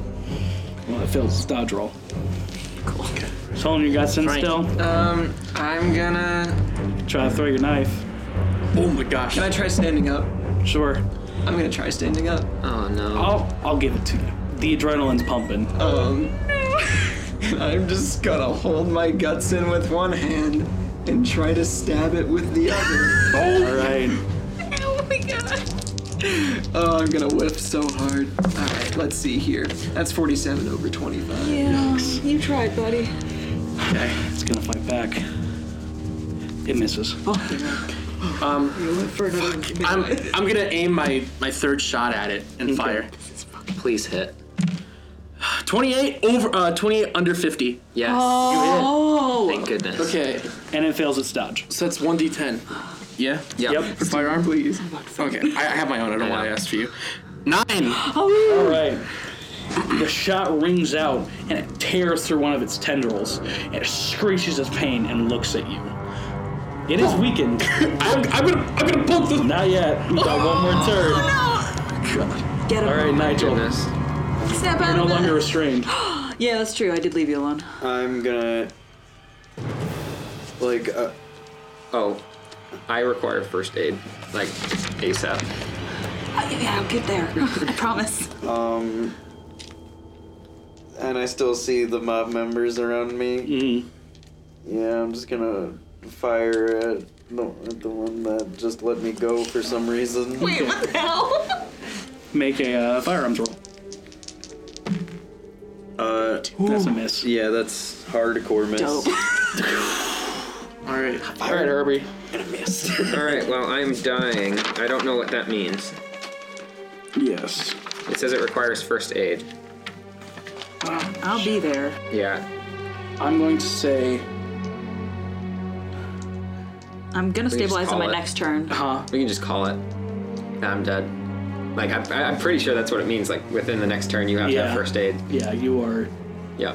Well, it fails its dodge roll. Cool. Showing your guts in Frank. still. Um, I'm gonna. Try to throw your knife. Oh my gosh. Can I try standing up? Sure. I'm gonna try standing up. Oh no. I'll I'll give it to you. The adrenaline's pumping. Oh. Um, and I'm just gonna hold my guts in with one hand and try to stab it with the other. All right. Oh, I'm gonna whiff so hard. All right, let's see here. That's 47 over 25. Yeah, you tried, buddy. Okay. It's gonna fight back. It misses. I'm I'm gonna aim my my third shot at it and fire. Please hit. 28 over uh 28 under 50. Yes. Oh, Thank goodness. Okay. And it fails its dodge. So that's 1d10. Yeah? Yep. Yep. For firearm? Please. Okay. I, I have my own. I don't know why I asked for you. Nine. All right. The shot rings out and it tears through one of its tendrils. It screeches its pain and looks at you. It is weakened. I'm, I'm gonna I'm gonna poke this. Not yet. You got one more turn. get him! All right, Nigel. You're Goodness. Snap out no of longer that. restrained. Yeah, that's true. I did leave you alone. I'm gonna. Like, uh, Oh, I require first aid, like ASAP. Uh, yeah, I'll get there. I promise. and I still see the mob members around me. Mm. Mm-hmm. Yeah, I'm just gonna fire at the, at the one that just let me go for some reason. Wait, what the hell? Make a uh, firearms roll. Uh, That's a miss. yeah, that's hardcore miss. Dope. All right. All right, Herbie. All right. Well, I'm dying. I don't know what that means. Yes. It says it requires first aid. I'll be there. Yeah. I'm going to say, I'm gonna just stabilize on call my it. next turn. huh? We can just call it. Nah, I'm dead. Like I'm, I- I'm pretty sure that's what it means. Like within the next turn, you have to Yeah. have first aid. Yeah, Uh. you are. Yeah.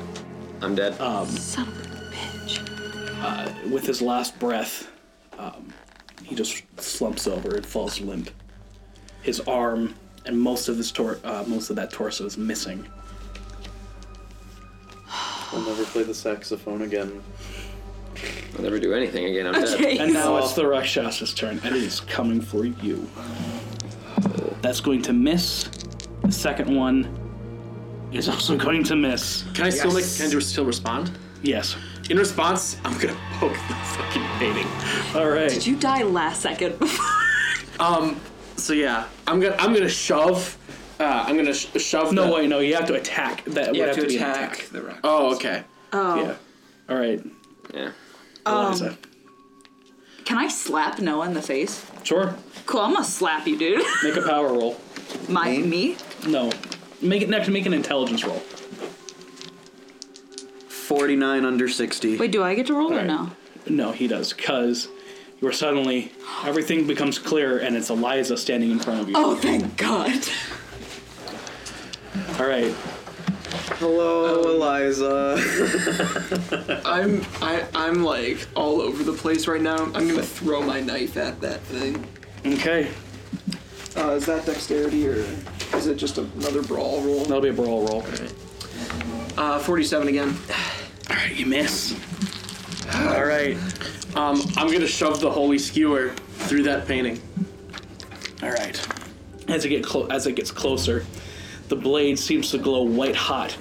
I'm dead. Son of a bitch. With his last breath, um, he just slumps over and falls limp. His arm and most of his tor- uh, most of that torso is missing. I'll never play the saxophone again. I'll never do anything again. I'm dead. And Okay. now it's the Rakshasa's turn, and it is coming for you. That's going to miss. The second one is also going to miss. Can I still make Yes. can I do- still respond? Yes. In response, I'm gonna poke the fucking painting. All right. Did you die last second? Um so yeah, I'm gonna I'm gonna shove uh, I'm gonna sh- shove No the- way. No, you have to attack. That would have to, be an attack. Oh. the rock. Oh, okay. Yeah. All right. Yeah. Eliza. Can I slap Noah in the face? Sure. Cool. I'm gonna slap you, dude. Make a power roll. My me? No. Make it next. Make an intelligence roll. 49 under 60. Wait, do I get to roll or Right. no? No, he does, because you are suddenly everything becomes clear, and it's Eliza standing in front of you. Oh, thank God. All right. Hello, Eliza. I'm I, I'm like all over the place right now. I'm gonna throw my knife at that thing. Okay. Uh, is that dexterity or is it just another brawl roll? That'll be a brawl roll. Uh, 47 again. All right. You miss. All right. Um, I'm gonna shove the holy skewer through that painting. All right. As it get clo- as it gets closer, the blade seems to glow white hot,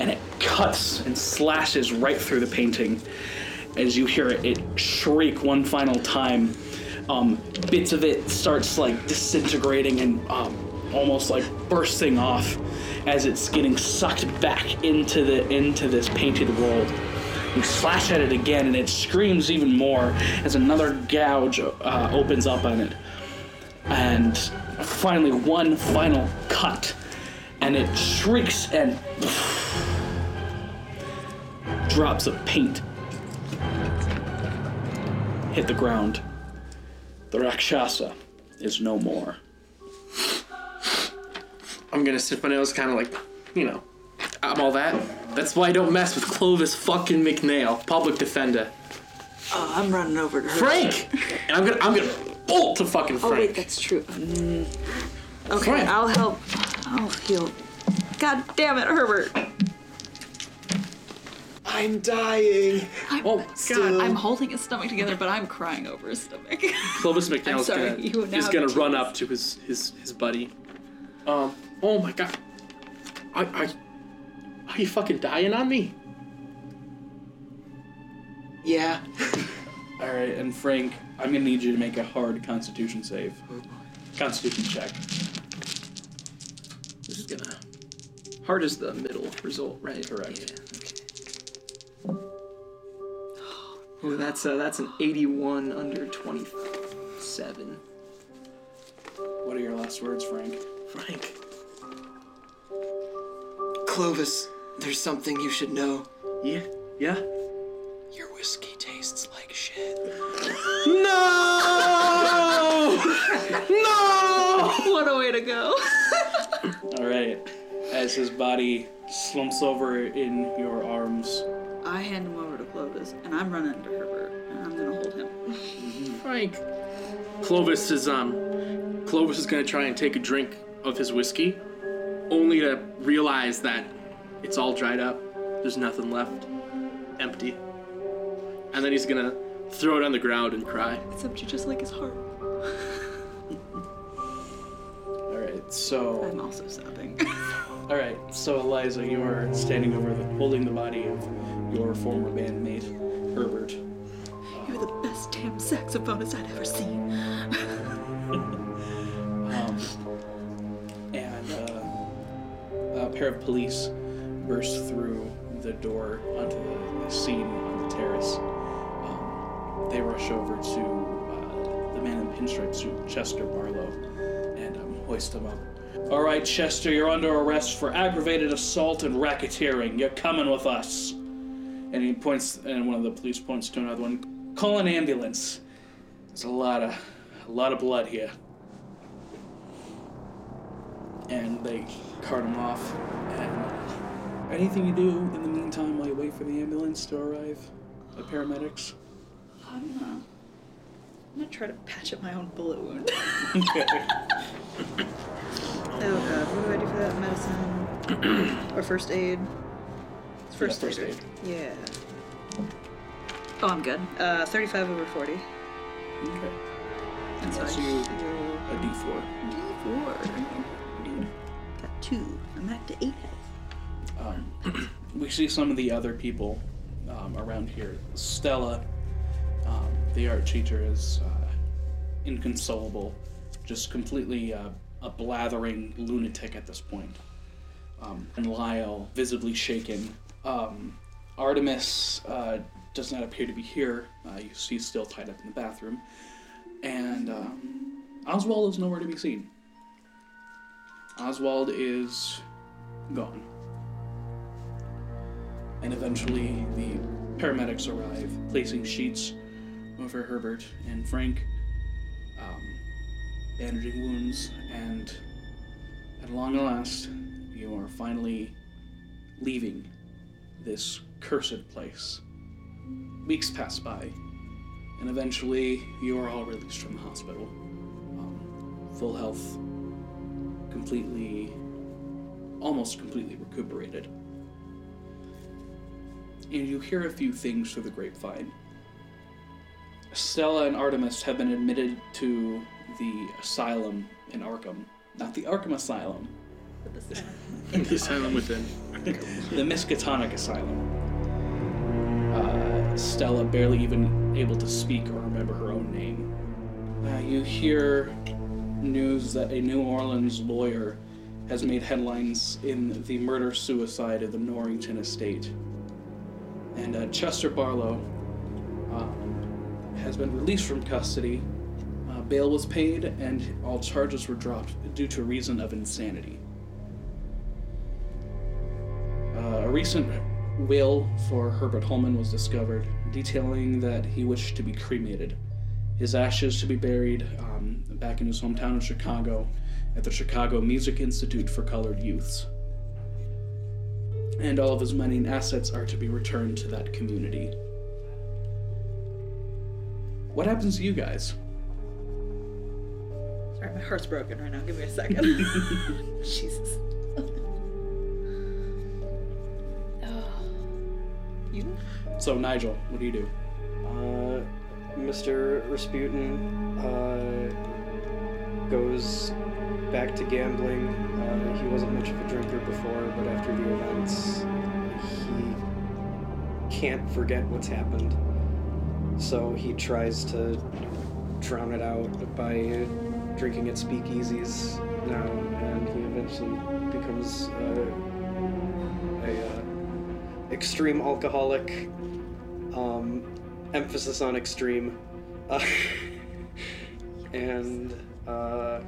and it cuts and slashes right through the painting. As you hear it, it shriek one final time. Um, bits of it starts like disintegrating and um, almost like bursting off as it's getting sucked back into the into this painted world. You slash at it again, and it screams even more as another gouge uh, opens up on it and finally one final cut and it shrieks and drops of paint hit the ground the rakshasa is no more I'm gonna sniff my nose, kind of like, you know, I'm all that. That's why I don't mess with Clovis fucking McNail, public defender. Oh, I'm running over to her. Frank, and I'm gonna, I'm gonna bolt to fucking Oh wait, Frank. that's true. Mm. Okay, Frank. I'll help. I'll heal. God damn it, Herbert. I'm dying. I'm, Oh, God. I'm holding his stomach together, but I'm crying over his stomach. Clovis McNail's sorry, you gonna, now is have gonna to run choose. up to his, his, his buddy. Um, oh my god, I, I, are you fucking dying on me? Yeah. all right and frank i'm gonna need you to make a hard constitution save constitution check This is gonna. Hard is the middle result, right? Correct. Yeah, okay. Ooh, that's uh, that's an 81 under 27. What are your last words, Frank? Frank. Clovis, there's something you should know. Yeah. Yeah. Your whiskey tastes like shit. What a way to go. All right. As his body slumps over in your arms, I hand him over to Clovis, and I'm running to Herbert, and I'm gonna hold him. Frank. Clovis is um Clovis is gonna try and take a drink of his whiskey, only to realize that it's all dried up. There's nothing left. Empty. And then he's gonna throw it on the ground and cry. Except you just like his heart. all right. So, I'm also sobbing. all right. So Eliza, you are standing over, the, holding the body of your former bandmate Herbert. You're the best damn saxophonist I'd ever seen. Um, and uh, a pair of police burst through the door onto the, the scene on the terrace. Um, they rush over to uh, the man in the pinstripe suit, Chester Barlow, and um, hoist him up. All right, Chester, you're under arrest for aggravated assault and racketeering. You're coming with us. And he points, and one of the police points to another one. Call an ambulance. There's a lot of, a lot of blood here and they cart him off. And uh, anything you do in the meantime while you wait for the ambulance to arrive, the paramedics. I'm, uh, I'm gonna try to patch up my own bullet wound. oh god, what do I do for that? Medicine or first aid? It's first, Yeah, first aid. aid. right? Yeah. Oh, I'm good. Uh, 35 over 40. Okay. That's That's fine. you a D4. Four. Got two. I'm back to eight health. Um, we see some of the other people um, around here. Stella, um, the art teacher, is uh, inconsolable, just completely uh, a blathering lunatic at this point. Um, and Lyle, visibly shaken. Um, Artemis uh, does not appear to be here. Uh, you see, still tied up in the bathroom. And um, Oswald is nowhere to be seen. Oswald is gone and eventually the paramedics arrive, placing sheets over Herbert and Frank, um, bandaging wounds, and at long last, you are finally leaving this cursed place. Weeks pass by, and eventually, you are all released from the hospital. Um, full health, completely, almost completely recuperated and you hear a few things through the grapevine. Stella and Artemis have been admitted to the asylum in Arkham. Not the Arkham Asylum, The asylum within. the Miskatonic Asylum. Uh, Stella barely even able to speak or remember her own name. Uh, you hear news that a New Orleans lawyer has made headlines in the murder suicide of the Norrington estate. And uh, Chester Barlow uh, has been released from custody. Uh, bail was paid, and all charges were dropped due to a reason of insanity. Uh, a recent will for Herbert Holman was discovered, detailing that he wished to be cremated. His ashes to be buried um, back in his hometown of Chicago at the Chicago Music Institute for Colored Youths. And all of his money and assets are to be returned to that community. What happens to you guys? Sorry, my heart's broken right now. Give me a second. Jesus. you? So, Nigel, what do you do? Uh, Mr. Rasputin uh, goes back to gambling. Uh, he wasn't much of a drinker before, but after the events, he can't forget what's happened. So he tries to drown it out by drinking at speakeasies now, and he eventually becomes uh, a uh, extreme alcoholic. Um, emphasis on extreme. Uh, and uh,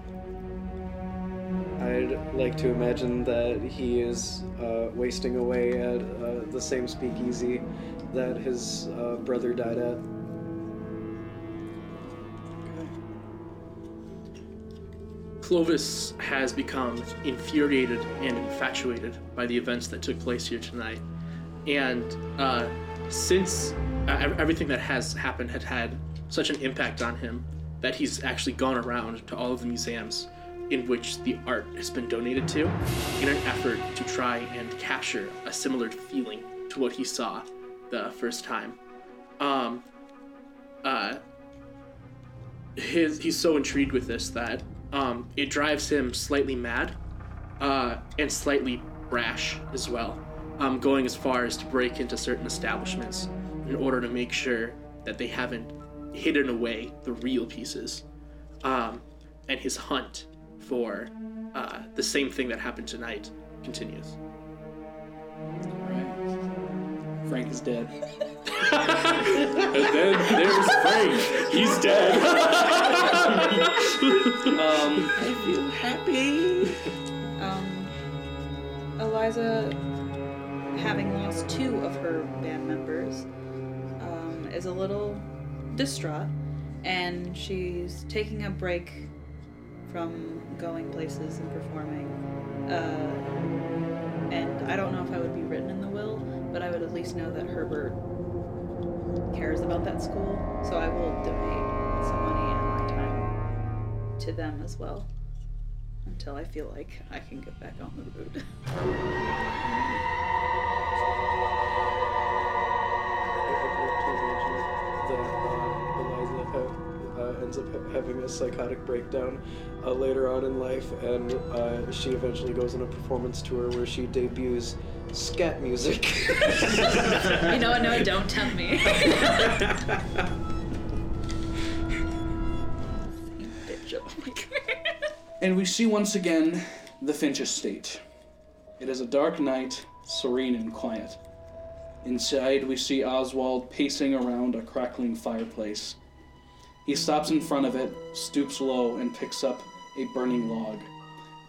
I'd like to imagine that he is uh, wasting away at uh, the same speakeasy that his uh, brother died at. Clovis has become infuriated and infatuated by the events that took place here tonight. And uh, since uh, ev- everything that has happened had had such an impact on him, that he's actually gone around to all of the museums in which the art has been donated to in an effort to try and capture a similar feeling to what he saw the first time. Um, uh, his he's so intrigued with this that um, it drives him slightly mad uh, and slightly rash as well, um, going as far as to break into certain establishments in order to make sure that they haven't hidden away the real pieces. Um, and his hunt for uh, the same thing that happened tonight continues. Frank is dead. And then there's Frank. He's dead. Um, Um, Eliza, having lost two of her band members, um, is a little distraught, and she's taking a break from going places and performing. Uh, and I don't know if I would be written in the will, but I would at least know that Herbert cares about that school, so I will donate some money and my time to them as well until I feel like I can get back on the road. I'd like to imagine uh, that uh, Eliza ha- uh, ends up ha- having a psychotic breakdown uh, later on in life, and uh, she eventually goes on a performance tour where she debuts scat music. You know what? No, don't tempt me. Oh And we see once again the Finch estate. It is a dark night, serene and quiet. Inside, we see Oswald pacing around a crackling fireplace. He stops in front of it, stoops low, and picks up a burning log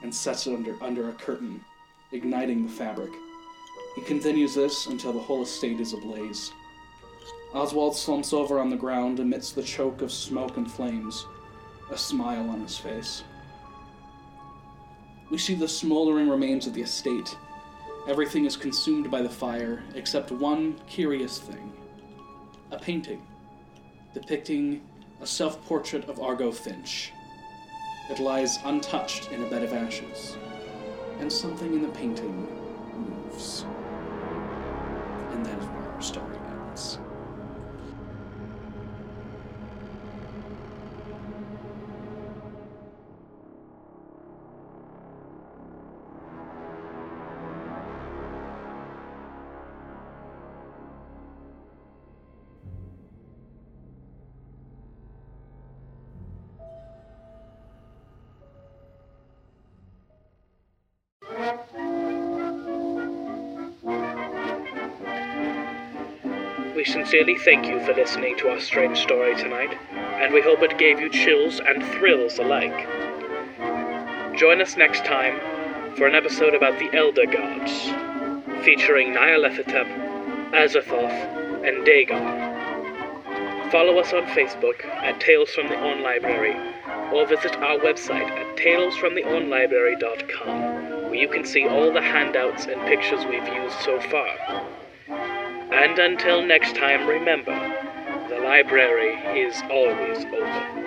and sets it under, under a curtain, igniting the fabric. He continues this until the whole estate is ablaze. Oswald slumps over on the ground amidst the choke of smoke and flames, a smile on his face. We see the smoldering remains of the estate. Everything is consumed by the fire except one curious thing a painting depicting a self portrait of Argo Finch. It lies untouched in a bed of ashes, and something in the painting moves. And that is where our story ends. We sincerely thank you for listening to our strange story tonight, and we hope it gave you chills and thrills alike. Join us next time for an episode about the Elder Gods, featuring Nyarlathotep, Azathoth, and Dagon. Follow us on Facebook at Tales from the On Library, or visit our website at talesfromtheonlibrary.com, where you can see all the handouts and pictures we've used so far. And until next time, remember, the library is always open.